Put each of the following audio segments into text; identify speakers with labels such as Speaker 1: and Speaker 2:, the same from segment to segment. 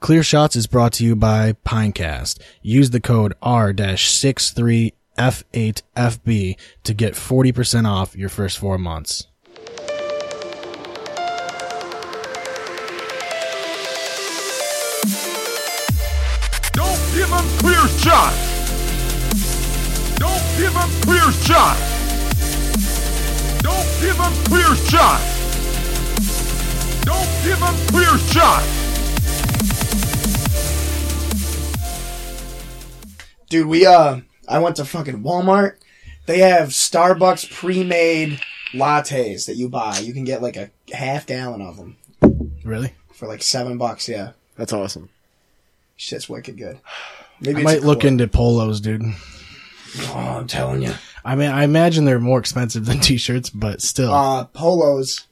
Speaker 1: Clear Shots is brought to you by Pinecast. Use the code R-63F8FB to get 40% off your first four months.
Speaker 2: Don't give him clear shot. Don't give him clear shot. Don't give him clear shot. Don't give him clear shot.
Speaker 3: Dude, we uh I went to fucking Walmart. They have Starbucks pre-made lattes that you buy. You can get like a half gallon of them
Speaker 1: Really?
Speaker 3: for like 7 bucks, yeah.
Speaker 4: That's awesome.
Speaker 3: Shit's wicked good. Maybe
Speaker 1: I
Speaker 3: it's
Speaker 1: might
Speaker 3: a
Speaker 1: look
Speaker 3: Kahlua.
Speaker 1: into polos, dude.
Speaker 3: Oh, I'm telling you.
Speaker 1: I mean, I imagine they're more expensive than t-shirts, but still.
Speaker 3: Uh polos.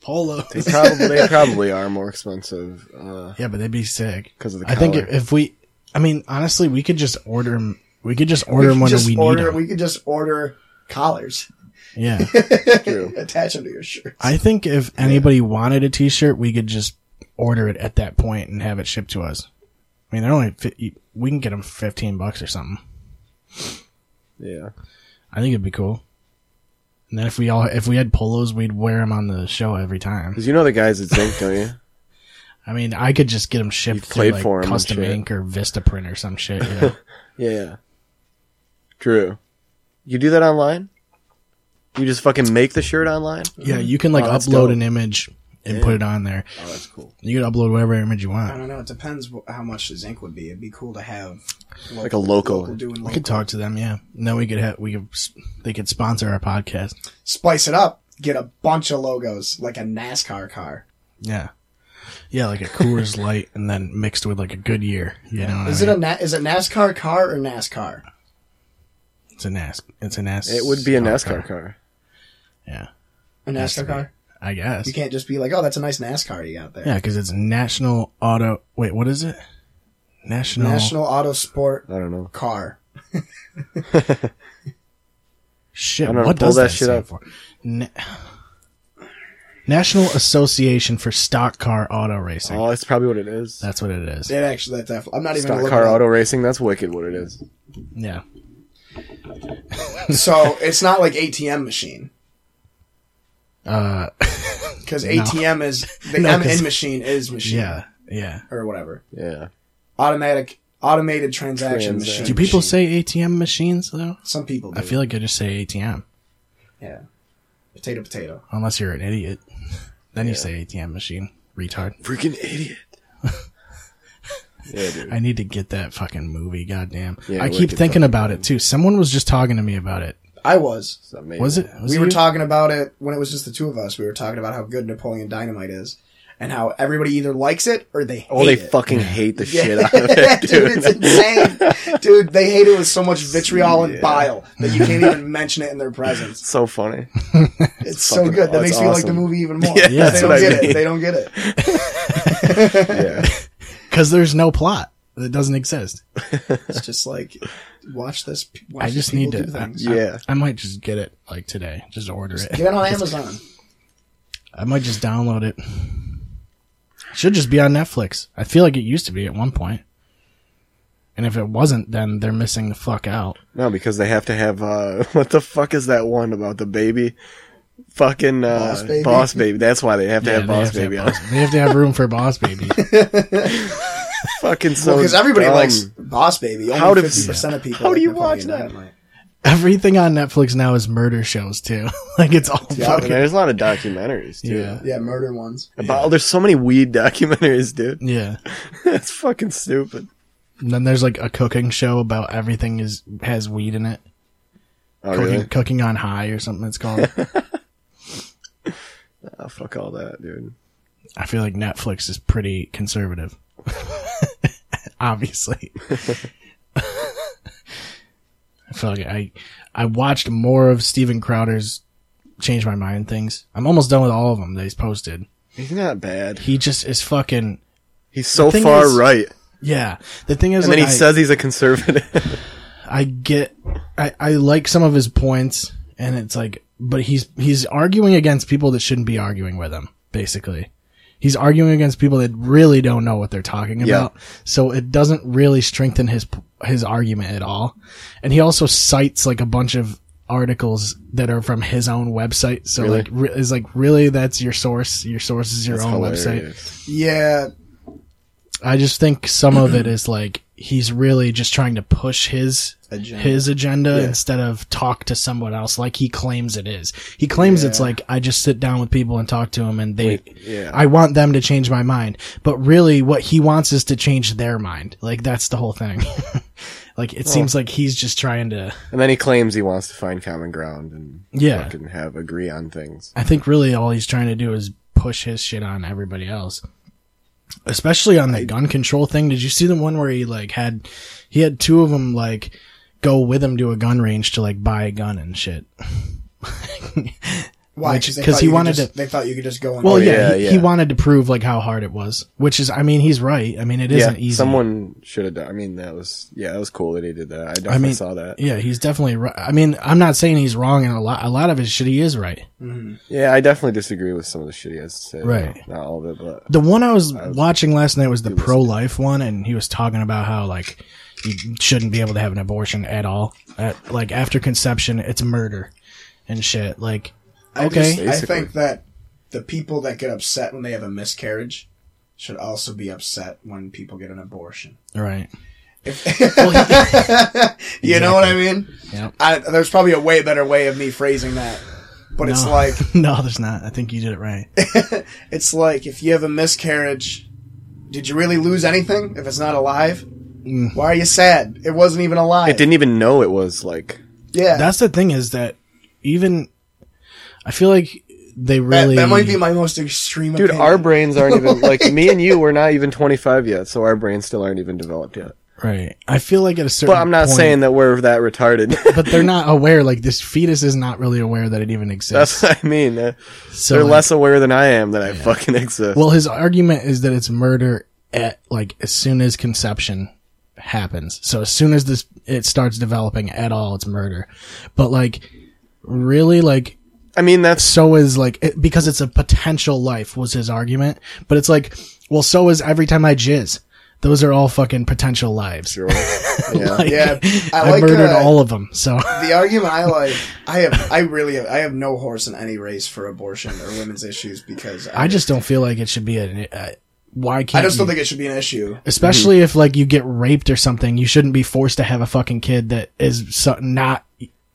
Speaker 4: They
Speaker 1: polos.
Speaker 4: probably they probably are more expensive. Uh,
Speaker 1: Yeah, but they'd be sick.
Speaker 4: 'Cause of the
Speaker 1: I think
Speaker 4: collar.
Speaker 1: if, if we, I mean, honestly, we could just order them. We could just order them
Speaker 3: could
Speaker 1: when
Speaker 3: just
Speaker 1: we need
Speaker 3: order,
Speaker 1: them.
Speaker 3: we could just order collars.
Speaker 1: Yeah.
Speaker 4: true.
Speaker 3: Attach them to your shirt.
Speaker 1: I think if anybody wanted a t-shirt, we could just order it at that point and have it shipped to us. I mean, they're only, fi- we can get them 15 bucks or something.
Speaker 4: Yeah.
Speaker 1: I think it'd be cool. And then if we all, if we had polos, we'd wear them on the show every time.
Speaker 4: Because you know the guys at Zinc, don't you?
Speaker 1: I mean, I could just get them shipped
Speaker 4: You've
Speaker 1: through
Speaker 4: played
Speaker 1: like
Speaker 4: for 'em and
Speaker 1: custom
Speaker 4: shit.
Speaker 1: ink or Vista print or some shit. Yeah.
Speaker 4: Yeah, yeah. True. You do that online? You just fucking make the shirt online?
Speaker 1: yeah you can like
Speaker 4: Oh, that's
Speaker 1: upload
Speaker 4: dope.
Speaker 1: an image and put it on there.
Speaker 4: Oh, that's cool.
Speaker 1: You can upload whatever image you
Speaker 3: I
Speaker 1: want.
Speaker 3: don't know, it depends wh- how much the zinc would be. It'd be cool to have
Speaker 4: Like a local.
Speaker 3: local doing
Speaker 1: We
Speaker 3: local.
Speaker 1: could talk to them, yeah. And then we could have we could s- they could sponsor our podcast.
Speaker 3: Spice it up. Get a bunch of logos like a NASCAR car.
Speaker 1: Yeah, yeah, like a Coors Light, and then mixed with like a Goodyear. You know, what
Speaker 3: Is
Speaker 1: I
Speaker 3: it
Speaker 1: mean?
Speaker 3: a na- is it NASCAR car or NASCAR?
Speaker 1: It's a NAS. It's a NAS.
Speaker 4: It would be a NASCAR car.
Speaker 1: Yeah,
Speaker 3: A NASCAR car?
Speaker 1: I guess.
Speaker 3: You can't just be like, oh, that's a nice NASCAR you got there.
Speaker 1: Yeah, because it's National Auto. Wait, what is it? National.
Speaker 3: National Auto Sport
Speaker 4: I don't know.
Speaker 3: Car.
Speaker 1: Shit,
Speaker 4: I'm gonna
Speaker 1: what
Speaker 4: pull
Speaker 1: does that
Speaker 4: that shit
Speaker 1: stand
Speaker 4: up.
Speaker 1: for? Na- National Association for Stock Car Auto Racing.
Speaker 4: Oh, that's probably what it is.
Speaker 1: That's what it is.
Speaker 3: It actually, that's def- I'm not even
Speaker 4: Stock
Speaker 3: looking.
Speaker 4: car
Speaker 3: Car
Speaker 4: auto racing. That's wicked. What it is.
Speaker 1: Yeah.
Speaker 3: So it's not like ATM machine
Speaker 1: Uh,
Speaker 3: because ATM is the
Speaker 1: No, 'cause-
Speaker 3: MN machine is machine
Speaker 1: yeah. Yeah.
Speaker 3: or whatever
Speaker 4: Yeah.
Speaker 3: automatic automated transaction
Speaker 4: Transac-
Speaker 3: machine.
Speaker 1: Do people
Speaker 3: machine.
Speaker 1: say ATM machines though?
Speaker 3: Some people do.
Speaker 1: I feel like I just say ATM,
Speaker 3: yeah. Potato, potato.
Speaker 1: unless you're an idiot. Then you say ATM machine, retard.
Speaker 4: Freaking idiot. yeah, dude.
Speaker 1: I need to get that fucking movie, goddamn.
Speaker 4: Yeah,
Speaker 1: I
Speaker 4: we
Speaker 1: keep
Speaker 4: could
Speaker 1: thinking about it too. Someone was just talking to me about it.
Speaker 3: I was.
Speaker 4: It's amazing.
Speaker 1: Was it? was
Speaker 3: we
Speaker 1: it
Speaker 3: were
Speaker 1: you?
Speaker 3: talking about it when it was just the two of us. We were talking about how good Napoleon Dynamite is, and how everybody either likes it or they hate
Speaker 4: Oh, they
Speaker 3: it.
Speaker 4: fucking hate the shit out of
Speaker 3: Yeah,
Speaker 4: it,
Speaker 3: dude.
Speaker 4: dude.
Speaker 3: it's insane, dude. They hate it with so much vitriol and bile that you can't even mention it in their presence.
Speaker 4: so funny.
Speaker 3: It's, so
Speaker 4: fucking-
Speaker 3: good. That
Speaker 4: oh,
Speaker 3: makes
Speaker 4: it's
Speaker 3: me like the
Speaker 4: awesome.
Speaker 3: movie even more.
Speaker 4: Yeah,
Speaker 3: they
Speaker 4: that's
Speaker 3: don't
Speaker 4: what I
Speaker 3: get it.
Speaker 4: mean.
Speaker 3: They don't get it.
Speaker 4: Yeah.
Speaker 1: Because there's no plot that doesn't exist.
Speaker 3: It's just like watch this. p- Watch
Speaker 1: I just
Speaker 3: these
Speaker 1: need
Speaker 3: people
Speaker 1: to.
Speaker 3: do
Speaker 1: I,
Speaker 3: things.
Speaker 4: Yeah.
Speaker 1: I, I might just get it like today. Just order it.
Speaker 3: Get it on Amazon.
Speaker 1: I might just download it. Should just be on Netflix. I feel like it used to be at one point. And if it wasn't, then they're missing the fuck out.
Speaker 4: No, because they have to have uh what the fuck is that one about the baby? Fucking uh,
Speaker 3: Boss
Speaker 4: boss,
Speaker 3: Baby?
Speaker 4: baby. That's why they have to
Speaker 1: Yeah,
Speaker 4: have
Speaker 1: they
Speaker 4: boss
Speaker 1: have to have
Speaker 4: baby. on.
Speaker 1: Boss- They have to have room for Boss Baby.
Speaker 4: fucking so
Speaker 3: Because everybody
Speaker 4: Oh, dumb.
Speaker 3: likes Boss Baby. Only
Speaker 4: How do-
Speaker 3: fifty percent of people.
Speaker 4: How do
Speaker 3: like
Speaker 4: you
Speaker 3: Napoleon
Speaker 4: watch that?
Speaker 3: Dynamite.
Speaker 1: Everything on Netflix now is murder shows too. like it's all
Speaker 4: I mean,
Speaker 1: fucking
Speaker 4: there's a lot of documentaries too.
Speaker 1: yeah.
Speaker 3: Yeah, murder ones.
Speaker 4: About, There's so many weed documentaries, dude.
Speaker 1: Yeah.
Speaker 4: That's fucking stupid.
Speaker 1: And then there's like a cooking show about everything is has weed in it.
Speaker 4: Oh
Speaker 1: Cooking,
Speaker 4: really?
Speaker 1: cooking on high or something it's called.
Speaker 4: Oh, fuck all that, dude.
Speaker 1: I feel like Netflix is pretty conservative. Obviously. I feel like I I watched more of Steven Crowder's Change My Mind things. I'm almost done with all of them that he's posted.
Speaker 4: He's not bad.
Speaker 1: He just is fucking
Speaker 4: He's so
Speaker 1: thing
Speaker 4: far
Speaker 1: is-
Speaker 4: right,
Speaker 1: yeah. The thing is
Speaker 4: and then he
Speaker 1: like, I-
Speaker 4: says he's a conservative.
Speaker 1: I get I, I like some of his points and it's like but he's he's arguing against people that shouldn't be arguing with him, basically. He's arguing against people that really don't know what they're talking about. So it doesn't really strengthen his his argument at all. And he also cites like a bunch of articles that are from his own website. So
Speaker 4: Really?
Speaker 1: like re- is like really that's your source. Your source is your own website.
Speaker 4: Hilarious.
Speaker 3: Yeah,
Speaker 1: I just think some of it is like he's really just trying to push his
Speaker 3: Agenda.
Speaker 1: his agenda
Speaker 4: Yeah.
Speaker 1: instead of talk to someone else like he claims it is. He claims it's
Speaker 3: Yeah.
Speaker 1: like I just sit down with people and talk to them and they
Speaker 4: yeah.
Speaker 1: I want them to change my mind. But really what he wants is to change their mind. Like that's the whole thing. like it seems like he's just trying to
Speaker 4: And then he claims he wants to find common ground and
Speaker 1: Yeah.
Speaker 4: fucking have agree on things.
Speaker 1: I think really all he's trying to do is push his shit on everybody else. Especially on the gun control thing. Did you see the one where he like had he had two of them like go with him to a gun range to like buy a gun and shit.
Speaker 3: why?
Speaker 1: Which-
Speaker 3: Because
Speaker 1: 'cause he wanted to-
Speaker 3: They thought you could just go. And
Speaker 1: Well,
Speaker 4: Oh,
Speaker 1: yeah,
Speaker 4: yeah,
Speaker 1: he,
Speaker 4: yeah.
Speaker 1: he wanted to prove like how hard it was, which is, I mean, he's right. I mean, it isn't easy.
Speaker 4: someone should have done. I mean, that was yeah, that was cool that he did that. I definitely
Speaker 1: I mean,
Speaker 4: saw that.
Speaker 1: Yeah, he's definitely right. I mean, I'm not saying he's wrong in a lot. A lot of his shit, he is right.
Speaker 4: Yeah, I definitely disagree with some of the shit he has to say.
Speaker 1: Right.
Speaker 4: Not all of it, but
Speaker 1: The one I was watching last night was the pro life one, and he was talking about how like you shouldn't be able to have an abortion at all. At, like after conception, it's murder and shit. Like,
Speaker 3: I
Speaker 1: okay,
Speaker 3: just- I
Speaker 4: Basically.
Speaker 3: think that the people that get upset when they have a miscarriage should also be upset when people get an abortion.
Speaker 1: right?
Speaker 3: You know what I mean?
Speaker 1: Yep.
Speaker 3: I, there's probably a way better way of me phrasing that, but it's
Speaker 1: No.
Speaker 3: like
Speaker 1: no, there's not. I think you did it right.
Speaker 3: it's like if you have a miscarriage, did you really lose anything if it's not alive?
Speaker 1: Mm.
Speaker 3: Why are you sad? It wasn't even alive.
Speaker 4: I didn't even know it was like
Speaker 3: Yeah,
Speaker 1: That's the thing is that even I feel like they
Speaker 3: that,
Speaker 1: really
Speaker 3: that might be my most extreme.
Speaker 4: Dude,
Speaker 3: opinion.
Speaker 4: our brains aren't even like me and you. We're not even 25 yet, so our brains still aren't even developed yet.
Speaker 1: Right. I feel like at a certain
Speaker 4: But I'm not
Speaker 1: point-
Speaker 4: saying that we're that retarded.
Speaker 1: but they're not aware like this fetus is not really aware that it even exists.
Speaker 4: That's what I mean. Uh,
Speaker 1: so
Speaker 4: They're
Speaker 1: like-
Speaker 4: less aware than I am that I fucking exist.
Speaker 1: Well, his argument is that it's murder at like as soon as conception happens. So as soon as this it starts developing at all, it's murder. But like really like
Speaker 4: I mean, that's
Speaker 1: so is like it, because it's a potential life was his argument, but it's like well so is every time I jizz. Those are all fucking potential lives.
Speaker 4: sure. Yeah.
Speaker 1: Like,
Speaker 3: Yeah, I
Speaker 1: I,
Speaker 3: like,
Speaker 1: murdered
Speaker 3: uh,
Speaker 1: all of them. So
Speaker 3: the argument I like, I have, I really, have, I have no horse in any race for abortion or women's issues because I,
Speaker 1: I just don't feel like it should be a. Uh, why can't
Speaker 3: I just don't
Speaker 1: you-
Speaker 3: think it should be an issue.
Speaker 4: Mm-hmm.
Speaker 1: especially if like you get raped or something, you shouldn't be forced to have a fucking kid that is so- not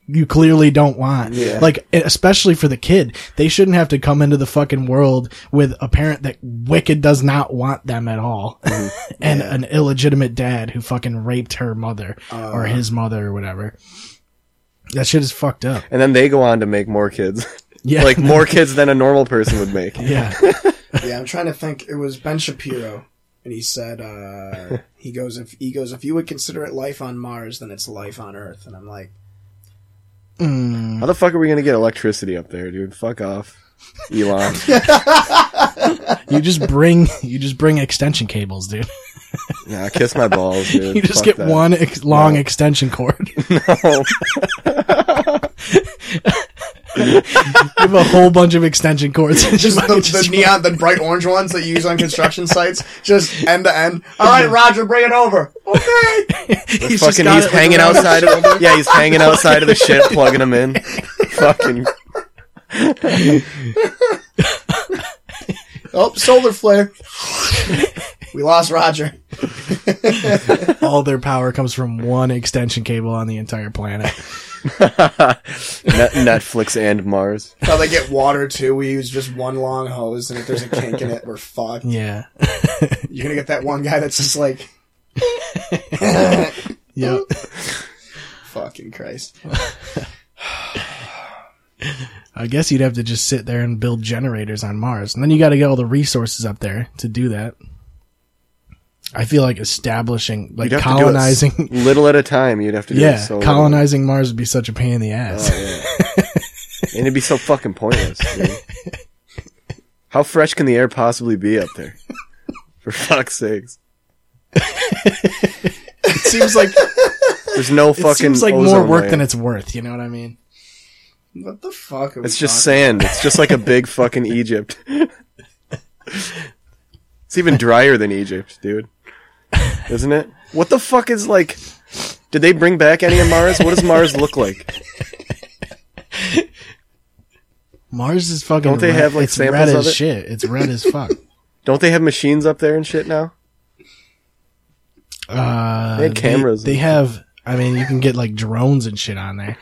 Speaker 1: you clearly don't want.
Speaker 4: Yeah.
Speaker 1: Like e, especially for the kid, they shouldn't have to come into the fucking world with a parent that wicked does not want them at all,
Speaker 4: Mm-hmm.
Speaker 1: and an illegitimate dad who fucking raped her mother or
Speaker 4: Uh.
Speaker 1: his mher or whatever. That shit is fucked up.
Speaker 4: And then they go on to make more kids.
Speaker 1: Yeah.
Speaker 4: like more kids than a normal person would make.
Speaker 1: Yeah.
Speaker 3: Yeah, I'm trying to think. It was Ben Shapiro, and he said uh, he goes if he goes if you would consider it life on Mars, then it's life on Earth. And I'm like,
Speaker 4: How the fuck are we gonna get electricity up there, dude? Fuck off, Elon.
Speaker 1: you just bring you just bring extension cables, dude.
Speaker 4: nah, kiss my balls, dude.
Speaker 1: You just
Speaker 4: Fuck
Speaker 1: get
Speaker 4: that. Oh,
Speaker 1: one ex- long extension cord. You have a whole bunch of extension cords.
Speaker 3: just the, the neon, the bright orange ones that you use on construction sites, just end to end. All right, Roger, bring it over. Okay.
Speaker 1: he's just
Speaker 4: Fucking,
Speaker 1: got
Speaker 4: he's
Speaker 1: it, like,
Speaker 4: hanging
Speaker 1: around-
Speaker 4: outside of. Yeah, he's hanging outside of the ship, plugging them in. Fucking.
Speaker 3: Oh, solar flare. we lost Roger.
Speaker 1: All their power comes from one extension cable on the entire planet.
Speaker 4: Net- Netflix and Mars.
Speaker 3: How they get water too? We use just one long hose, and if there's a kink in it, we're fucked.
Speaker 1: Yeah.
Speaker 3: You're gonna get that one guy that's just like,
Speaker 1: Yep.
Speaker 3: fucking Christ.
Speaker 1: I guess you'd have to just sit there and build generators on Mars. And then you got to get all the resources up there to do that. I feel like establishing, like
Speaker 4: You'd have to do it s-
Speaker 1: colonizing.
Speaker 4: little at a time. You'd have to do it
Speaker 1: Yeah,
Speaker 4: so little. Uh,
Speaker 1: colonizing Mars would be such a pain in the ass.
Speaker 4: and it'd be so fucking pointless. dude. How fresh can the air possibly be up there? For fuck's sakes,
Speaker 1: it seems like
Speaker 4: there's no fucking.
Speaker 1: it seems like more
Speaker 4: ozone
Speaker 1: work
Speaker 4: layer.
Speaker 1: than it's worth. You know what I mean?
Speaker 3: What the fuck? Are we
Speaker 4: It's just
Speaker 3: talking-
Speaker 4: sand. It's just like a big fucking Egypt. It's even drier than Egypt, dude. Isn't it? What the fuck is like? Did they bring back any of Mars? What does Mars look like?
Speaker 1: Mars is fucking.
Speaker 4: Don't they
Speaker 1: red-
Speaker 4: have, like,
Speaker 1: it's red
Speaker 4: samples
Speaker 1: as
Speaker 4: of it?
Speaker 1: shit? It's red as fuck.
Speaker 4: Don't they have machines up there and shit now?
Speaker 1: Uh,
Speaker 4: They had cameras
Speaker 1: They,
Speaker 4: and
Speaker 1: have. I mean, you can get like drones and shit on there.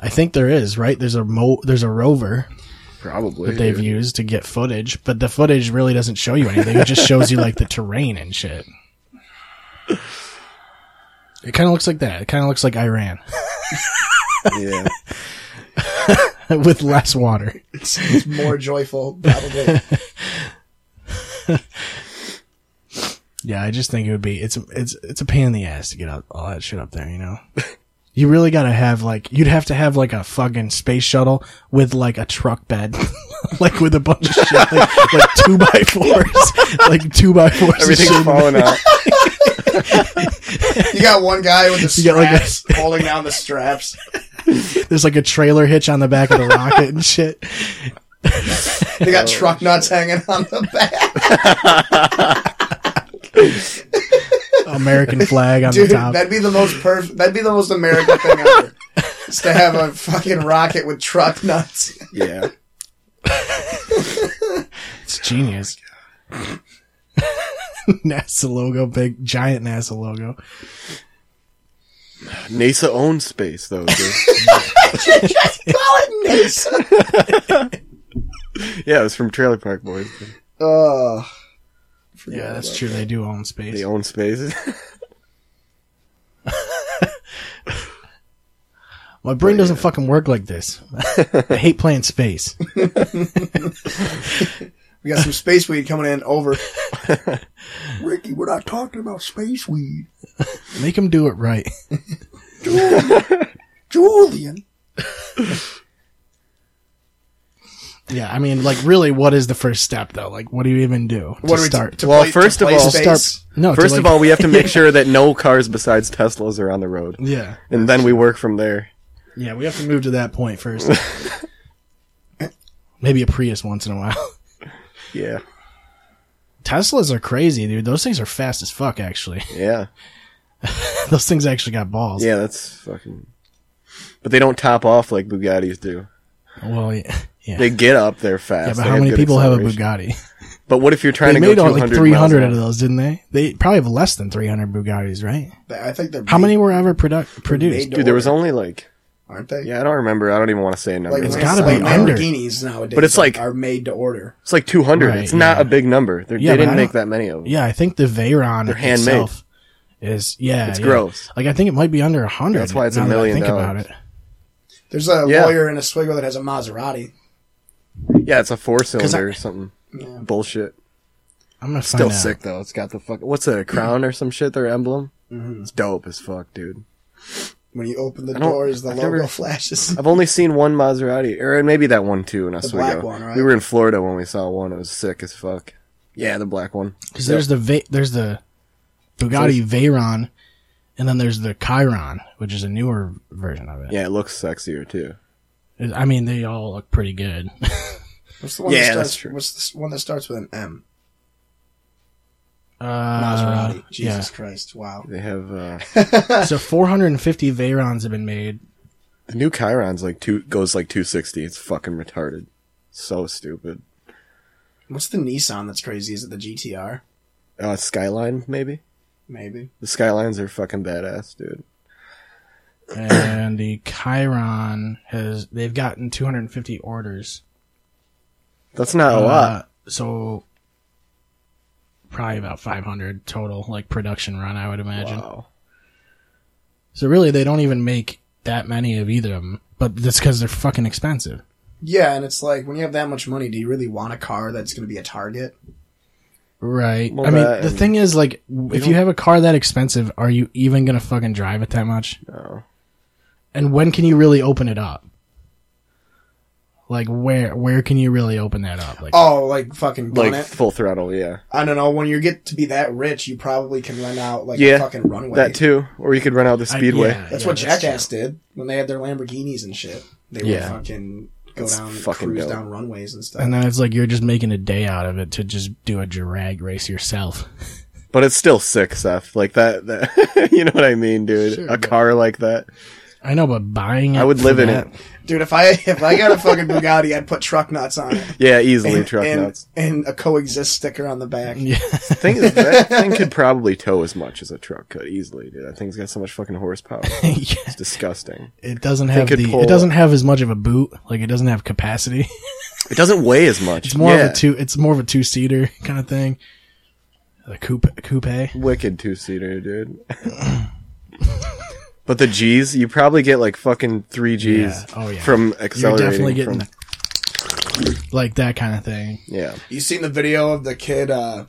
Speaker 1: I think there is right. There's a mo. There's a rover
Speaker 4: Probably.
Speaker 1: that they've
Speaker 4: dude.
Speaker 1: used to get footage, but the footage really doesn't show you anything. It just shows you like the terrain and shit. It kind of looks like that. It kind of looks like Iran
Speaker 4: yeah.
Speaker 1: with less water.
Speaker 3: It's, it's more joyful, probably.
Speaker 1: Yeah, I just think it would be it's it's it's a pain in the ass to get up, all that shit up there, you know. you really gotta have like you'd have to have like a fucking space shuttle with like a truck bed, like with a bunch of shit, like, like two by fours, like two by fours. and
Speaker 4: Everything's
Speaker 1: shit.
Speaker 4: falling out.
Speaker 3: You got one guy with the
Speaker 1: You got, like, a-
Speaker 3: straps holding down the straps.
Speaker 1: There's like a trailer hitch on the back of the rocket and shit.
Speaker 3: They got
Speaker 1: Oh,
Speaker 3: truck nuts hanging on the back.
Speaker 1: American flag on
Speaker 3: Dude,
Speaker 1: the top.
Speaker 3: that'd be the most perf- That'd be the most American thing ever. is to have a fucking rocket with truck nuts.
Speaker 4: Yeah.
Speaker 1: it's genius. NASA logo, big giant NASA logo.
Speaker 4: NASA owns space though. Dude.
Speaker 3: Call it NASA.
Speaker 4: Yeah, it was from Trailer Park Boys.
Speaker 3: Oh,
Speaker 1: Yeah, that's true. They do own space.
Speaker 4: They own space.
Speaker 1: My brain doesn't fucking work like this. I hate playing space.
Speaker 3: we got some space weed coming in. Over. Ricky, we're not talking about space weed.
Speaker 1: Make him do it right.
Speaker 3: Julian.
Speaker 1: Yeah, I mean, like, really, what is the first step though? Like, what do you even do to
Speaker 3: What are we
Speaker 1: start?
Speaker 3: start? To
Speaker 4: Well,
Speaker 3: play,
Speaker 4: first
Speaker 3: to
Speaker 4: of
Speaker 3: play
Speaker 4: all-
Speaker 3: space?
Speaker 1: Start- no. to,
Speaker 4: First of
Speaker 1: like-
Speaker 4: all, we have to make sure that no cars besides Teslas are on the road,
Speaker 1: yeah,
Speaker 4: and then we work from there.
Speaker 1: yeah, we have to move to that point first. Maybe a Prius once in a while.
Speaker 4: Yeah.
Speaker 1: Teslas are crazy, dude. Those things are fast as fuck. Actually,
Speaker 4: Yeah.
Speaker 1: those things actually got balls.
Speaker 4: Yeah, that's fucking. But they don't top off like Bugattis do.
Speaker 1: Well, yeah, yeah.
Speaker 4: They get up there fast.
Speaker 1: yeah but
Speaker 4: They
Speaker 1: how
Speaker 4: have
Speaker 1: many
Speaker 4: good
Speaker 1: people have a
Speaker 4: acceleration.
Speaker 1: Bugatti?
Speaker 4: But what if you're trying
Speaker 1: They
Speaker 4: to
Speaker 1: made
Speaker 4: go
Speaker 1: all
Speaker 4: 200
Speaker 1: like 300 of
Speaker 4: miles an hour?
Speaker 1: those, didn't they? They probably have less than 300 Bugattis, right?
Speaker 3: I think they're
Speaker 1: How many were ever produ- produced?
Speaker 3: made to
Speaker 4: Dude, there was
Speaker 3: order,
Speaker 4: only like
Speaker 3: aren't they?
Speaker 4: yeah, I don't remember. I don't even want to say a number.
Speaker 3: Like,
Speaker 4: it's,
Speaker 1: it's gotta be
Speaker 3: like
Speaker 1: under.
Speaker 3: Lamborghinis nowadays,
Speaker 4: But it's like-
Speaker 3: are made to order.
Speaker 4: it's like 200.
Speaker 1: Right,
Speaker 4: it's not
Speaker 1: yeah.
Speaker 4: a big number. They're,
Speaker 1: Yeah,
Speaker 4: they
Speaker 1: but
Speaker 4: didn't
Speaker 1: I
Speaker 4: make
Speaker 1: don't-
Speaker 4: that many of them.
Speaker 1: Yeah, I think the Veyron
Speaker 4: They're handmade.
Speaker 1: itself is yeah,
Speaker 4: It's
Speaker 1: yeah.
Speaker 4: gross.
Speaker 1: Like I think it might be under a hundred.
Speaker 4: That's why it's a
Speaker 1: now that I
Speaker 4: million
Speaker 1: Think about
Speaker 4: dollars.
Speaker 1: it.
Speaker 3: There's a
Speaker 4: Yeah.
Speaker 3: lawyer in Oswego that has a Maserati.
Speaker 4: Yeah, it's a four cylinder
Speaker 1: I-
Speaker 4: or something. Bullshit.
Speaker 1: I'm gonna find
Speaker 4: Still
Speaker 1: out.
Speaker 4: sick though. It's got the fuck. What's it, a crown or some shit? Their emblem.
Speaker 1: Mm-hmm.
Speaker 4: It's dope as fuck, dude.
Speaker 3: When you open the
Speaker 4: don't-
Speaker 3: doors, the
Speaker 4: I've
Speaker 3: logo
Speaker 4: never-
Speaker 3: flashes.
Speaker 4: I've only seen one Maserati, or maybe that one too in Oswego.
Speaker 3: black one, right?
Speaker 4: We were in Florida when we saw one. It was sick as fuck. Yeah, the black one.
Speaker 1: because there's the Ve- there's the Bugatti Veyron, and then there's the Chiron, which is a newer version of it.
Speaker 4: Yeah, it looks sexier too.
Speaker 1: I mean, they all look pretty good.
Speaker 3: What's the one
Speaker 4: Yeah,
Speaker 3: that starts?
Speaker 4: that's true.
Speaker 3: What's the one that starts with an M?
Speaker 1: Uh,
Speaker 3: Maserati.
Speaker 1: yeah.
Speaker 3: Jesus Christ! Wow.
Speaker 4: They have uh,
Speaker 1: so 450 Veyrons have been made.
Speaker 4: the new Chiron's like two goes like two sixty. It's fucking retarded. So stupid.
Speaker 3: What's the Nissan that's crazy? Is it the GTR?
Speaker 4: Uh, Skyline maybe.
Speaker 3: Maybe.
Speaker 4: The Skylines are fucking badass, dude.
Speaker 1: and the Chiron has they've gotten 250 orders.
Speaker 4: That's not a lot.
Speaker 1: Uh, so probably about 500 total, like production run, I would imagine.
Speaker 4: Wow.
Speaker 1: So really, they don't even make that many of either of them, but that's because they're fucking expensive.
Speaker 3: Yeah, and it's like when you have that much money, do you really want a car that's going to be a target?
Speaker 1: Right.
Speaker 4: Well,
Speaker 1: I mean,
Speaker 4: that
Speaker 1: the
Speaker 4: and-
Speaker 1: thing is, like, if you have a car that expensive, are you even gonna fucking drive it that much?
Speaker 4: No.
Speaker 1: And when can you really open it up? Like, where where can you really open that up? Like,
Speaker 3: Oh, like fucking gun
Speaker 4: Like
Speaker 3: it.
Speaker 4: full throttle, yeah.
Speaker 3: I don't know. When you get to be that rich, you probably can rent out like
Speaker 4: Yeah,
Speaker 3: a fucking runway.
Speaker 4: That too. Or you could run out the
Speaker 1: I-
Speaker 4: speedway.
Speaker 1: yeah,
Speaker 3: That's
Speaker 1: yeah,
Speaker 3: what
Speaker 1: that's
Speaker 3: Jackass did when they had their Lamborghinis and shit. They
Speaker 1: Yeah.
Speaker 3: were fucking go
Speaker 4: That's
Speaker 3: down,
Speaker 4: fucking
Speaker 3: cruise
Speaker 4: dope.
Speaker 3: down runways and stuff.
Speaker 1: And then it's like you're just making a day out of it to just do a drag race yourself.
Speaker 4: But it's still sick, Seth. Like that, that you know what I mean, dude?
Speaker 1: Sure,
Speaker 4: a
Speaker 1: but-
Speaker 4: car like that.
Speaker 1: I know, but buying it.
Speaker 4: I would
Speaker 1: for
Speaker 4: live in
Speaker 1: that-
Speaker 4: it.
Speaker 3: Dude, if I if I got a fucking Bugatti, I'd put truck nuts on it.
Speaker 4: Yeah, easily truck
Speaker 3: and,
Speaker 4: nuts.
Speaker 3: and a coexist sticker on the back.
Speaker 4: The thing is, that thing could probably tow as much as a truck could easily, dude. That thing's got so much fucking horsepower.
Speaker 1: Yeah,
Speaker 4: It's disgusting.
Speaker 1: it doesn't have
Speaker 4: could
Speaker 1: the.
Speaker 4: pull-
Speaker 1: It doesn't have as much of a boot. Like it doesn't have capacity.
Speaker 4: It doesn't weigh as much.
Speaker 1: It's more
Speaker 4: Yeah.
Speaker 1: of a two. It's more of a two seater kind of thing. The coupe, coupe.
Speaker 4: wicked two seater, dude. but the G's, you probably get like fucking three G's
Speaker 1: Yeah. Oh, yeah.
Speaker 4: from
Speaker 1: You're
Speaker 4: accelerating.
Speaker 1: definitely getting
Speaker 4: from-
Speaker 1: the- like that kind of thing.
Speaker 4: yeah.
Speaker 3: You seen the video of the kid uh,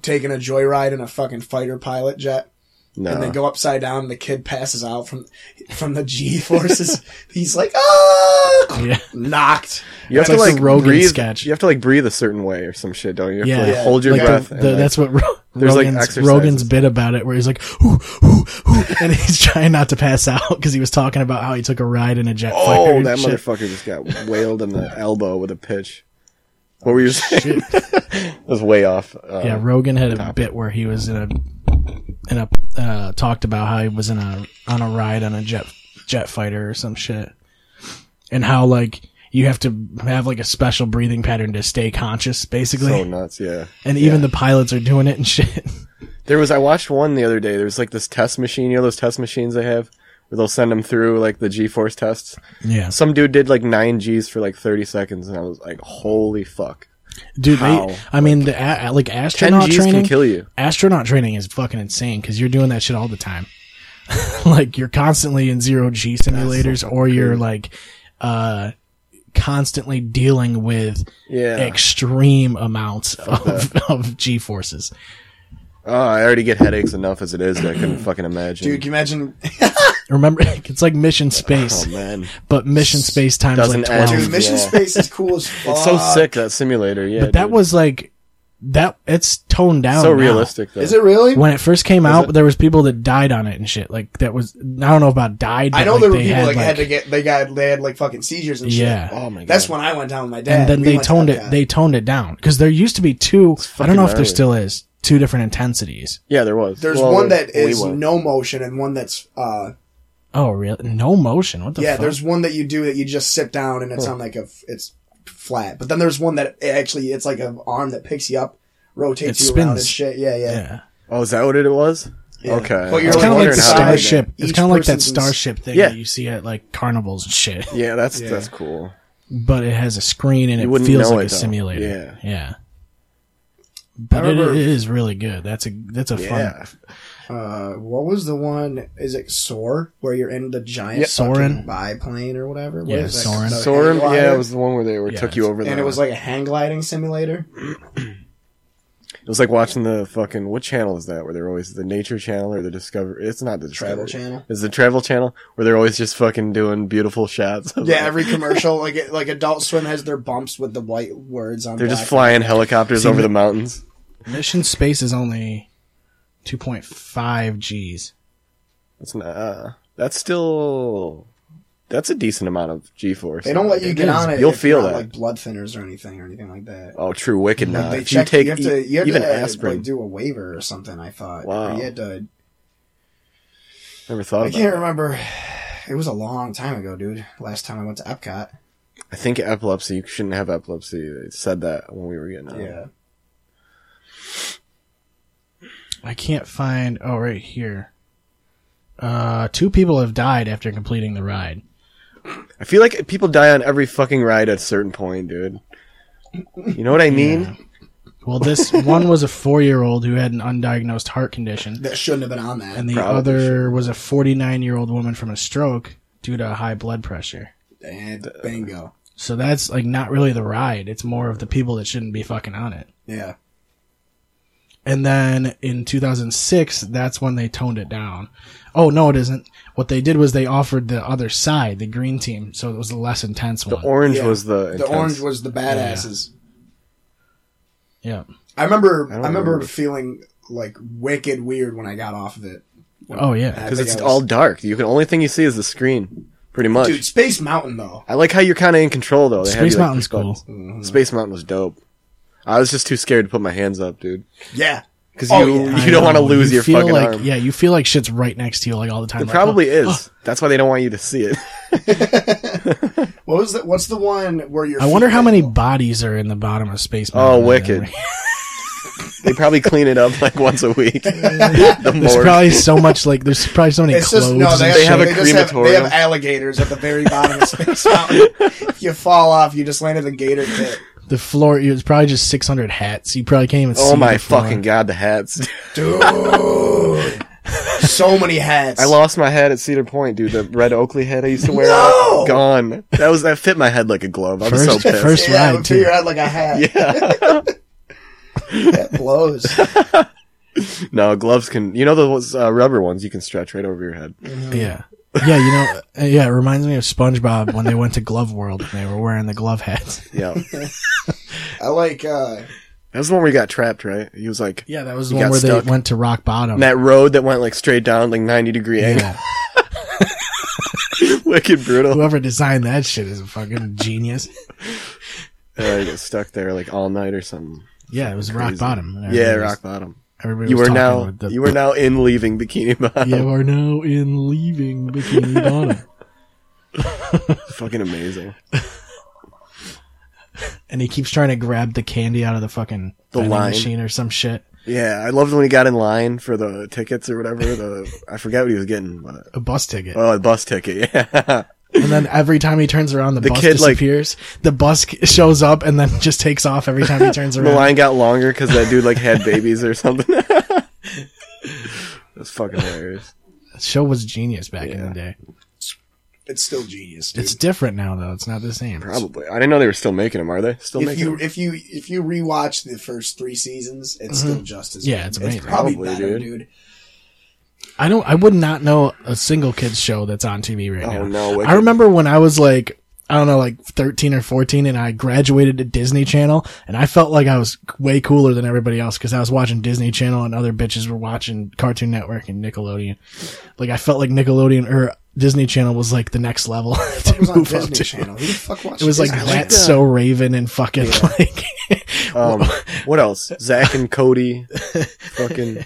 Speaker 3: taking a joyride in a fucking fighter pilot jet?
Speaker 4: No.
Speaker 3: And they go upside down, and the kid passes out from from the G forces. He's like, ah,
Speaker 1: Yeah.
Speaker 3: knocked.
Speaker 4: you have
Speaker 1: It's
Speaker 4: to
Speaker 1: like
Speaker 4: like,
Speaker 1: the Rogan
Speaker 4: breathe.
Speaker 1: sketch.
Speaker 4: You have to like breathe a certain way or some shit, don't you? You have
Speaker 1: Yeah.
Speaker 4: to like,
Speaker 1: Yeah.
Speaker 4: hold your
Speaker 1: Like
Speaker 4: breath.
Speaker 1: the,
Speaker 4: and,
Speaker 1: the,
Speaker 4: like-
Speaker 1: that's what Ro-
Speaker 4: There's, like,
Speaker 1: Rogan's,
Speaker 4: exercises.
Speaker 1: Rogan's bit about it, where he's like, "Ooh, ooh, ooh," and he's trying not to pass out because he was talking about how he took a ride in a jet fighter.
Speaker 4: oh,
Speaker 1: and
Speaker 4: that
Speaker 1: shit.
Speaker 4: motherfucker just got wailed in the elbow with a pitch. What were
Speaker 3: Oh,
Speaker 4: you saying? that was way off. Uh,
Speaker 1: Yeah, Rogan had a bit where he was in a in a uh, talked about how he was in a on a ride on a jet jet fighter or some shit, and how like you have to have like a special breathing pattern to stay conscious, basically.
Speaker 4: so nuts. Yeah.
Speaker 1: and even the pilots are doing it and shit.
Speaker 4: There was I watched one the other day. There was like this test machine. You know those test machines they have where they'll send them through like the G-force tests.
Speaker 1: yeah,
Speaker 4: Some dude did like nine G's for like thirty seconds, and I was like, "Holy fuck!"
Speaker 1: dude.
Speaker 4: how?
Speaker 1: They, I mean, the a, a- like
Speaker 4: Ten
Speaker 1: astronaut
Speaker 4: G's
Speaker 1: training.
Speaker 4: can kill you.
Speaker 1: astronaut training is fucking insane because you're doing that shit all the time. like you're constantly in zero G simulators, or you're like uh, constantly dealing with
Speaker 4: Yeah.
Speaker 1: extreme amounts of, of G forces.
Speaker 4: oh, I already get headaches enough as it is. That I couldn't fucking imagine.
Speaker 3: Dude, can you imagine?
Speaker 1: Remember, it's like Mission Space,
Speaker 4: oh man,
Speaker 1: but Mission Space times like
Speaker 4: Doesn't end.
Speaker 1: twelve.
Speaker 3: Dude, Mission
Speaker 4: Oh, Yeah.
Speaker 3: Space is cool as fuck.
Speaker 4: it's so sick that simulator. Yeah,
Speaker 1: But that
Speaker 4: dude.
Speaker 1: was like that. It's toned down.
Speaker 4: so
Speaker 1: now.
Speaker 4: realistic. Though.
Speaker 3: Is it really?
Speaker 1: When it first came out,
Speaker 4: it?
Speaker 1: there was people that died on it and shit. Like that was I don't know about died. But
Speaker 3: I know
Speaker 1: like,
Speaker 3: there were
Speaker 1: they
Speaker 3: people
Speaker 1: had,
Speaker 3: like,
Speaker 1: like,
Speaker 3: had to get they got they had like fucking seizures and
Speaker 1: Yeah.
Speaker 3: shit.
Speaker 4: Oh my god.
Speaker 3: That's when I went down with my dad.
Speaker 1: and then
Speaker 3: We
Speaker 1: they
Speaker 3: went to
Speaker 1: toned it.
Speaker 3: Epcot.
Speaker 1: They toned it down because there used to be two. I don't
Speaker 4: fucking
Speaker 1: know if there
Speaker 4: gnarly.
Speaker 1: still is two different intensities.
Speaker 4: Yeah, there was.
Speaker 3: There's
Speaker 4: Well,
Speaker 3: one
Speaker 4: there-
Speaker 3: that is
Speaker 4: we went.
Speaker 3: no motion and one that's uh
Speaker 1: Oh, really? No motion. What the
Speaker 3: yeah.
Speaker 1: fuck?
Speaker 3: There's one that you do that you just sit down and it's on like a f- it's flat. But then there's one that it actually it's like an arm that picks you up, rotates
Speaker 1: It
Speaker 3: you around and
Speaker 1: spins.
Speaker 3: shit. Yeah, yeah.
Speaker 1: yeah.
Speaker 4: Oh, is that what it was?
Speaker 3: Yeah.
Speaker 4: Okay.
Speaker 3: But you're
Speaker 4: I was
Speaker 1: It's kind of like
Speaker 4: wondering
Speaker 1: the
Speaker 4: how they did
Speaker 1: starship.
Speaker 3: that.
Speaker 1: It's
Speaker 3: Each
Speaker 1: kind of like that
Speaker 3: person's-
Speaker 1: starship thing
Speaker 4: Yeah.
Speaker 1: that you see at like carnivals and shit.
Speaker 4: it. Yeah, that's that's cool.
Speaker 1: But it has a screen and
Speaker 4: You
Speaker 1: it
Speaker 4: wouldn't
Speaker 1: feels
Speaker 4: know
Speaker 1: like
Speaker 4: it,
Speaker 1: a
Speaker 4: though.
Speaker 1: simulator. Yeah. Yeah. But it,
Speaker 3: remember-
Speaker 1: it is really good. That's a that's a
Speaker 4: Yeah.
Speaker 1: fun
Speaker 3: Uh, what was the one? Is it Soar where you're in the giant
Speaker 1: Yeah.
Speaker 3: fucking
Speaker 1: Soarin'.
Speaker 3: biplane or whatever? What
Speaker 1: Yeah,
Speaker 3: is that?
Speaker 1: Soarin'.
Speaker 3: The
Speaker 4: Soren,
Speaker 3: hang glider?
Speaker 4: yeah, it was the one where they were
Speaker 1: Yeah,
Speaker 4: took you over.
Speaker 3: and
Speaker 4: the-
Speaker 3: it was like a hang gliding simulator.
Speaker 4: It was like watching the fucking what channel is that? Where they're always the Nature Channel or the Discovery? It's not the
Speaker 3: Travel
Speaker 4: Discovery.
Speaker 3: Channel.
Speaker 4: It's the Travel Channel where they're always just fucking doing beautiful shots.
Speaker 3: Yeah, every commercial like it, like Adult Swim has their bumps with the white words on.
Speaker 4: they're just
Speaker 3: black.
Speaker 4: flying helicopters over the mountains.
Speaker 1: Mission Space is only two point five Gs.
Speaker 4: That's not. Uh, that's still. That's a decent amount of G-force.
Speaker 3: They don't let you get on it.
Speaker 4: You'll
Speaker 3: if you're
Speaker 4: feel
Speaker 3: on,
Speaker 4: that.
Speaker 3: like blood thinners or anything or anything like that.
Speaker 4: Oh, true wicked. Now,
Speaker 3: they
Speaker 4: if you
Speaker 3: check-
Speaker 4: take
Speaker 3: have
Speaker 4: e-
Speaker 3: to, you have
Speaker 4: even
Speaker 3: to, uh,
Speaker 4: aspirin,
Speaker 3: like, do a waiver or something. I thought.
Speaker 4: Wow.
Speaker 3: Or you had to-
Speaker 4: never thought
Speaker 3: I
Speaker 4: about.
Speaker 3: can't
Speaker 4: it.
Speaker 3: remember. It was a long time ago, dude. Last time I went to Epcot.
Speaker 4: I think epilepsy. You shouldn't have epilepsy. They said that when we were getting on.
Speaker 3: Yeah.
Speaker 1: I can't find. Oh, right here. Uh, two people have died after completing the ride.
Speaker 4: I feel like people die on every fucking ride at a certain point, dude. You know what I mean?
Speaker 1: Well, this one was a four-year-old who had an undiagnosed heart condition,
Speaker 3: That shouldn't have been on that.
Speaker 1: and the
Speaker 4: Probably
Speaker 1: other was a 49-year-old woman from a stroke due to high blood pressure.
Speaker 3: And bingo.
Speaker 1: So that's like not really the ride; it's more of the people that shouldn't be fucking on it.
Speaker 3: Yeah.
Speaker 1: And then in 2006, that's when they toned it down. Oh no, it isn't. What they did was they offered the other side, the green team, so it was the less intense
Speaker 4: The
Speaker 1: one.
Speaker 4: orange
Speaker 3: Yeah.
Speaker 4: was the
Speaker 3: The
Speaker 4: intense.
Speaker 3: orange was the badasses.
Speaker 1: yeah.
Speaker 3: I remember.
Speaker 4: I
Speaker 3: I,
Speaker 4: don't
Speaker 3: remember,
Speaker 4: remember.
Speaker 3: feeling like wicked weird when I got off of it.
Speaker 1: Oh yeah.
Speaker 3: I
Speaker 4: because
Speaker 3: think
Speaker 4: it's
Speaker 3: I was-
Speaker 4: all dark. You can only thing you see is the screen. pretty much.
Speaker 3: Dude, Space Mountain though.
Speaker 4: I like how you're kind of in control though. They have
Speaker 1: Space
Speaker 4: you, like,
Speaker 1: Mountain's
Speaker 4: push buttons.
Speaker 1: cool.
Speaker 4: Space Mountain was dope. I was just too scared to put my hands up, dude.
Speaker 3: Yeah.
Speaker 4: Because
Speaker 3: Oh,
Speaker 4: you
Speaker 3: yeah.
Speaker 1: I
Speaker 4: you don't
Speaker 1: know.
Speaker 4: want to lose
Speaker 1: You
Speaker 4: your
Speaker 1: feel
Speaker 4: fucking
Speaker 1: like,
Speaker 4: arm.
Speaker 1: Yeah, you feel like shit's right next to you like all the time.
Speaker 4: It
Speaker 1: Like,
Speaker 4: probably
Speaker 1: oh,
Speaker 4: is. That's why they don't want you to see it.
Speaker 3: What was that? What's the one where you're?
Speaker 1: I wonder how many bodies are in the bottom of Space
Speaker 4: Oh,
Speaker 1: Mountain.
Speaker 4: wicked. they probably clean it up like once a week. the
Speaker 1: There's
Speaker 4: morgue.
Speaker 1: probably so much like there's probably so many
Speaker 3: It's
Speaker 1: clothes.
Speaker 3: just no. They,
Speaker 1: and
Speaker 3: they
Speaker 1: shit.
Speaker 3: have
Speaker 4: have a
Speaker 3: they, just have, they
Speaker 4: crematorium.
Speaker 3: have alligators at the very bottom of Space Mountain. if you fall off, you just land in the gator pit.
Speaker 1: the floor. It's probably just 600 hats. You probably can't even.
Speaker 4: Oh
Speaker 1: see
Speaker 4: my
Speaker 1: the floor.
Speaker 4: fucking god, the hats.
Speaker 3: Dude, so many hats.
Speaker 4: I lost my hat at Cedar Point, dude. The red Oakley hat I used to wear.
Speaker 3: No!
Speaker 4: Gone. That was that fit my head like a glove. I'm
Speaker 1: First,
Speaker 4: so pissed.
Speaker 1: first
Speaker 3: yeah,
Speaker 1: ride
Speaker 3: would
Speaker 1: too.
Speaker 3: figure out like a hat.
Speaker 4: Yeah.
Speaker 3: That blows.
Speaker 4: No, gloves can. You know those uh, rubber ones you can stretch right over your head.
Speaker 1: Mm. Yeah. Yeah, you know, uh, yeah, it reminds me of SpongeBob when they went to Glove World and they were wearing the glove hats.
Speaker 4: Yeah. that
Speaker 3: I like. uh
Speaker 4: was the one where he got trapped, right? He was like
Speaker 1: Yeah, that was the
Speaker 4: You
Speaker 1: one
Speaker 4: got
Speaker 1: where
Speaker 4: stuck.
Speaker 1: they went to rock bottom.
Speaker 4: that road that went like straight down like 90 degree
Speaker 1: yeah.
Speaker 4: angle. Wicked brutal.
Speaker 1: Whoever designed that shit is a fucking genius.
Speaker 4: Uh, he got stuck there like all night or something.
Speaker 1: Yeah, it was rock
Speaker 4: Crazy.
Speaker 1: bottom. and
Speaker 4: Yeah,
Speaker 1: everybody was-
Speaker 4: rock bottom.
Speaker 1: Everybody
Speaker 4: You
Speaker 1: was
Speaker 4: are
Speaker 1: talking
Speaker 4: now
Speaker 1: about the-
Speaker 4: you are now in leaving bikini bottom.
Speaker 1: You are now in leaving Bikini Bottom.
Speaker 4: Fucking amazing.
Speaker 1: And he keeps trying to grab the candy out of the fucking
Speaker 4: The
Speaker 1: vending
Speaker 4: line.
Speaker 1: machine or some shit.
Speaker 4: Yeah, I loved when he got in line for the tickets or whatever. The I forget what he was getting. But,
Speaker 1: A bus ticket.
Speaker 4: oh, a bus ticket. Yeah,
Speaker 1: And then every time he turns around, the, bus
Speaker 4: kid, like-
Speaker 1: disappears. the bus c- shows up and then just takes off every time he turns
Speaker 4: the
Speaker 1: around.
Speaker 4: line got longer because that dude like had babies or something. That's fucking hilarious.
Speaker 1: The show was genius back in the
Speaker 4: Yeah.
Speaker 1: day.
Speaker 3: It's still genius. Dude.
Speaker 1: It's different now, though. It's not the same.
Speaker 4: Probably. I didn't know they were still making them. Are they still
Speaker 3: if
Speaker 4: making?
Speaker 3: you
Speaker 4: 'em?
Speaker 3: if you if you rewatch the first three seasons, it's still just as
Speaker 1: Mm-hmm. Yeah,
Speaker 3: good.
Speaker 1: it's amazing.
Speaker 3: probably,
Speaker 4: Probably,
Speaker 3: better,
Speaker 4: dude.
Speaker 3: dude.
Speaker 1: I don't. I would not know a single kids show that's on TV right
Speaker 4: Oh
Speaker 1: now.
Speaker 4: no! Wicked.
Speaker 1: I remember when I was like, I don't know, like 13 or 14 and I graduated to Disney Channel and I felt like I was way cooler than everybody else because I was watching Disney Channel and other bitches were watching Cartoon Network and Nickelodeon. Like I felt like Nickelodeon or Disney Channel was like the next level
Speaker 3: It was
Speaker 1: to
Speaker 3: on
Speaker 1: move up
Speaker 3: Disney
Speaker 1: to.
Speaker 3: Channel. Who the fuck watched
Speaker 1: It was like
Speaker 3: Disney?
Speaker 1: that's so Raven and fucking like
Speaker 4: Um, what else? Zach and Cody. Fucking.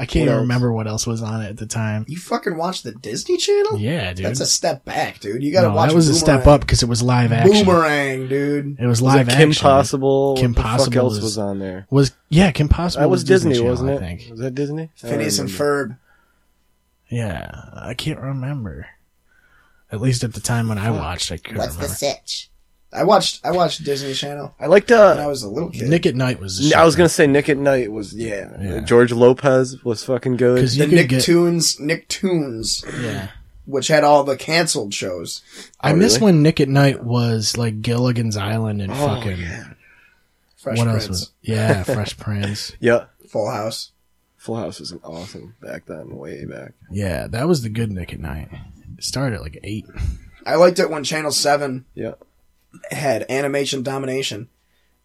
Speaker 1: I can't even
Speaker 4: else?
Speaker 1: remember what else was on it at the time.
Speaker 3: You fucking watched the Disney Channel?
Speaker 1: Yeah, dude.
Speaker 3: That's a step back, dude. You gotta
Speaker 1: no,
Speaker 3: watch.
Speaker 1: that was a step
Speaker 3: Boomerang.
Speaker 1: up because it was live action.
Speaker 3: Boomerang, dude.
Speaker 1: It was
Speaker 4: Was
Speaker 1: live
Speaker 4: that Kim
Speaker 1: action.
Speaker 4: Possible?
Speaker 1: Kim
Speaker 4: what the fuck
Speaker 1: Possible
Speaker 4: else
Speaker 1: is-
Speaker 4: was on there?
Speaker 1: was yeah, Kim Possible.
Speaker 4: That was Disney,
Speaker 1: Channel,
Speaker 4: wasn't it?
Speaker 1: I think.
Speaker 4: Was that Disney? I don't
Speaker 3: Phineas and
Speaker 4: remember.
Speaker 3: Ferb.
Speaker 1: Yeah, I can't remember. At least at the time when I watched, I couldn't
Speaker 3: What's the
Speaker 1: remember.
Speaker 3: sitch? I watched. I watched Disney Channel
Speaker 4: I liked
Speaker 3: when I
Speaker 4: uh,
Speaker 3: was a little kid.
Speaker 1: Nick at Night was. the
Speaker 4: N-
Speaker 1: shit,
Speaker 4: I was gonna say Nick at Night was yeah.
Speaker 1: Yeah.
Speaker 4: George Lopez was fucking good.
Speaker 1: because
Speaker 3: the
Speaker 1: you could get.
Speaker 3: Nicktoons, Nicktoons,
Speaker 1: yeah.
Speaker 3: which had all the canceled shows.
Speaker 1: I miss
Speaker 4: Oh, really? Oh,
Speaker 1: when Nick at Night was like Gilligan's Island and fucking
Speaker 3: Fresh
Speaker 1: what
Speaker 3: Prince,
Speaker 1: else was yeah Fresh Prince
Speaker 4: yeah,
Speaker 3: Full House.
Speaker 4: Full House was awesome back then, way back.
Speaker 1: yeah that was the good Nick at Night. It started at like eight.
Speaker 3: I liked it when Channel Seven
Speaker 4: Yeah,
Speaker 3: had Animation Domination,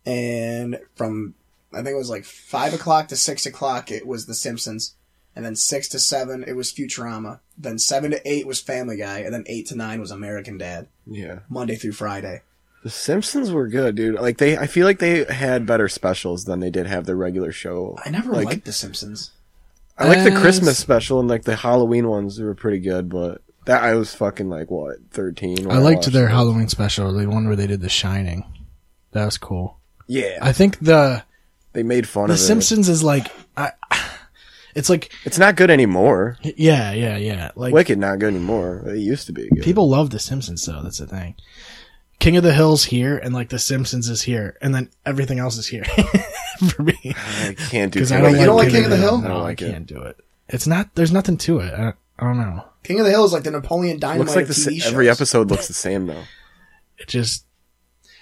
Speaker 3: and from I think it was like five o'clock to six o'clock it was The Simpsons, and then six to seven it was Futurama, then seven to eight was Family Guy, and then eight to nine was American Dad,
Speaker 4: yeah.
Speaker 3: Monday through Friday.
Speaker 4: The Simpsons were good, dude. Like they, I feel like they had better specials than they did have their regular show.
Speaker 3: I never
Speaker 4: Like-
Speaker 3: liked The Simpsons.
Speaker 4: I like the
Speaker 1: Uh,
Speaker 4: Christmas special and like the Halloween ones were pretty good, but that I was fucking like what thirteen. when
Speaker 1: I liked
Speaker 4: watched
Speaker 1: their
Speaker 4: those.
Speaker 1: Halloween special, the one where they did The Shining. That was cool.
Speaker 4: Yeah,
Speaker 1: I think the
Speaker 4: they made fun
Speaker 1: The
Speaker 4: of it.
Speaker 1: Simpsons is like I. It's like
Speaker 4: It's not good anymore.
Speaker 1: yeah yeah yeah like
Speaker 4: Wicked not good anymore. It used to be good.
Speaker 1: People love The Simpsons, though. That's the thing. King of the Hill's here, and like The Simpsons is here, and then everything else is here for me
Speaker 4: I can't do.
Speaker 1: because I
Speaker 4: King
Speaker 1: don't like
Speaker 4: of the
Speaker 3: you don't like
Speaker 4: Hill.
Speaker 3: King of the Hill?
Speaker 4: I
Speaker 1: No,
Speaker 4: don't
Speaker 1: I
Speaker 4: like it.
Speaker 1: can't do it. It's not. There's nothing to it. I, I don't know.
Speaker 3: King of the Hill is like the Napoleon Dynamite.
Speaker 4: Looks like
Speaker 3: of
Speaker 4: the
Speaker 3: TV
Speaker 4: sa- every
Speaker 3: shows.
Speaker 4: episode looks the same though.
Speaker 1: It just.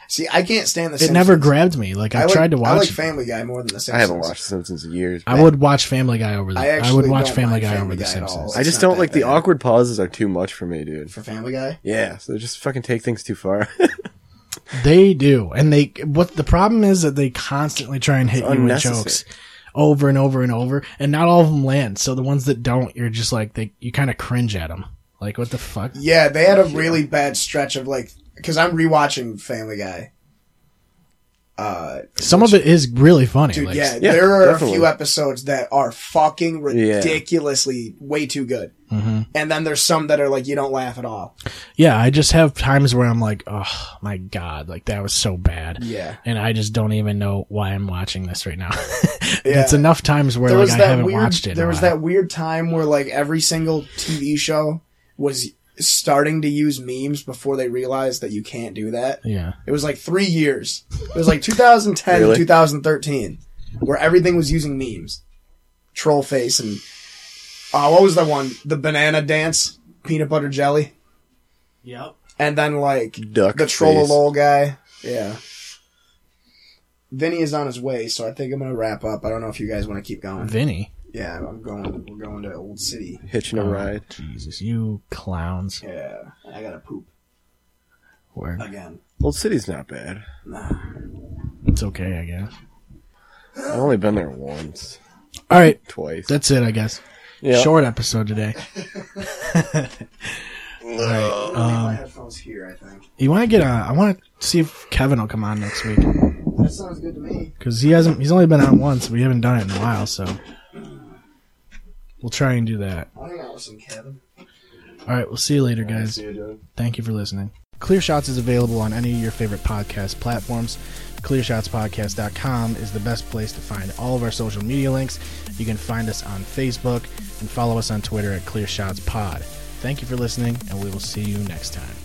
Speaker 3: See, I can't stand The
Speaker 1: It
Speaker 3: Simpsons.
Speaker 1: never grabbed me. Like I,
Speaker 3: like-
Speaker 1: tried to
Speaker 3: I
Speaker 1: watch.
Speaker 3: like
Speaker 1: it.
Speaker 3: Family Guy more than The Simpsons.
Speaker 4: I haven't watched The Simpsons in years.
Speaker 1: I would watch Family Guy over the.
Speaker 3: I
Speaker 1: I,
Speaker 3: actually
Speaker 1: would watch
Speaker 3: don't
Speaker 1: Family
Speaker 3: like
Speaker 1: Guy over
Speaker 3: Family
Speaker 1: The
Speaker 3: Guy at all.
Speaker 1: Simpsons.
Speaker 4: I
Speaker 3: It's
Speaker 4: just
Speaker 3: not
Speaker 4: don't
Speaker 3: that
Speaker 4: like the
Speaker 3: bad.
Speaker 4: awkward pauses are too much for me, dude.
Speaker 3: for Family Guy.
Speaker 4: Yeah, so they just fucking take things too far.
Speaker 1: They do, and they. What the problem is that they constantly try and hit you with
Speaker 4: unnecessary.
Speaker 1: jokes. Over and over and over, and not all of them land. So the ones that don't, you're just like they. You kind of cringe at them. Like what the fuck?
Speaker 3: Yeah, they had a really bad stretch of like because I'm rewatching Family Guy. Uh,
Speaker 1: Some of it is really funny.
Speaker 3: dude,
Speaker 1: like,
Speaker 3: yeah,
Speaker 4: yeah,
Speaker 3: there are
Speaker 4: definitely.
Speaker 3: a few episodes that are fucking
Speaker 4: Yeah.
Speaker 3: ridiculously way too good,
Speaker 1: Mm-hmm.
Speaker 3: and then there's some that are like you don't laugh at all.
Speaker 1: Yeah, I just have times where I'm like, oh my god, like that was so bad.
Speaker 3: Yeah.
Speaker 1: And I just don't even know why I'm watching this right now.
Speaker 3: Yeah.
Speaker 1: It's enough times where
Speaker 3: There
Speaker 1: like
Speaker 3: was
Speaker 1: I
Speaker 3: that
Speaker 1: haven't
Speaker 3: weird.
Speaker 1: watched it. in
Speaker 3: there
Speaker 1: a
Speaker 3: was
Speaker 1: while.
Speaker 3: that weird time where like every single TV show was starting to use memes before they realized that you can't do that.
Speaker 1: Yeah.
Speaker 3: It was like three years. It was like 2010
Speaker 4: Really?
Speaker 3: to 2013, where everything was using memes, troll face, and uh, what was that one? The banana dance, peanut butter jelly,
Speaker 1: Yep.
Speaker 3: and then like
Speaker 4: Duck
Speaker 3: the
Speaker 4: face.
Speaker 3: troll lol guy. Yeah. Vinny is on his way, so I think I'm gonna wrap up. I don't know if you guys want to keep going.
Speaker 1: Vinny.
Speaker 3: Yeah, I'm going. We're going to Old City.
Speaker 4: Hitching a ride.
Speaker 1: Jesus, you clowns.
Speaker 3: Yeah, I gotta poop
Speaker 1: Word.
Speaker 3: again.
Speaker 4: Old City's not bad.
Speaker 1: It's okay, I guess.
Speaker 4: I've only been there once,
Speaker 1: All right,
Speaker 4: twice.
Speaker 1: that's it, I guess.
Speaker 4: Yeah.
Speaker 1: Short episode today.
Speaker 3: my
Speaker 4: Um,
Speaker 3: headphones here. I think
Speaker 1: You want to get a? I want to see if Kevin will come on next week
Speaker 3: that sounds good to me.
Speaker 1: because he hasn't. He's only been on once. We haven't done it in a while, so we'll try and do that.
Speaker 3: I'll hang out with some Kevin.
Speaker 1: All right, we'll see you later, guys. Thank you for listening. Clear Shots is available on any of your favorite podcast platforms. ClearShotsPodcast.com is the best place to find all of our social media links. You can find us on Facebook and follow us on Twitter at Clear Shots Pod. Thank you for listening, and we will see you next time.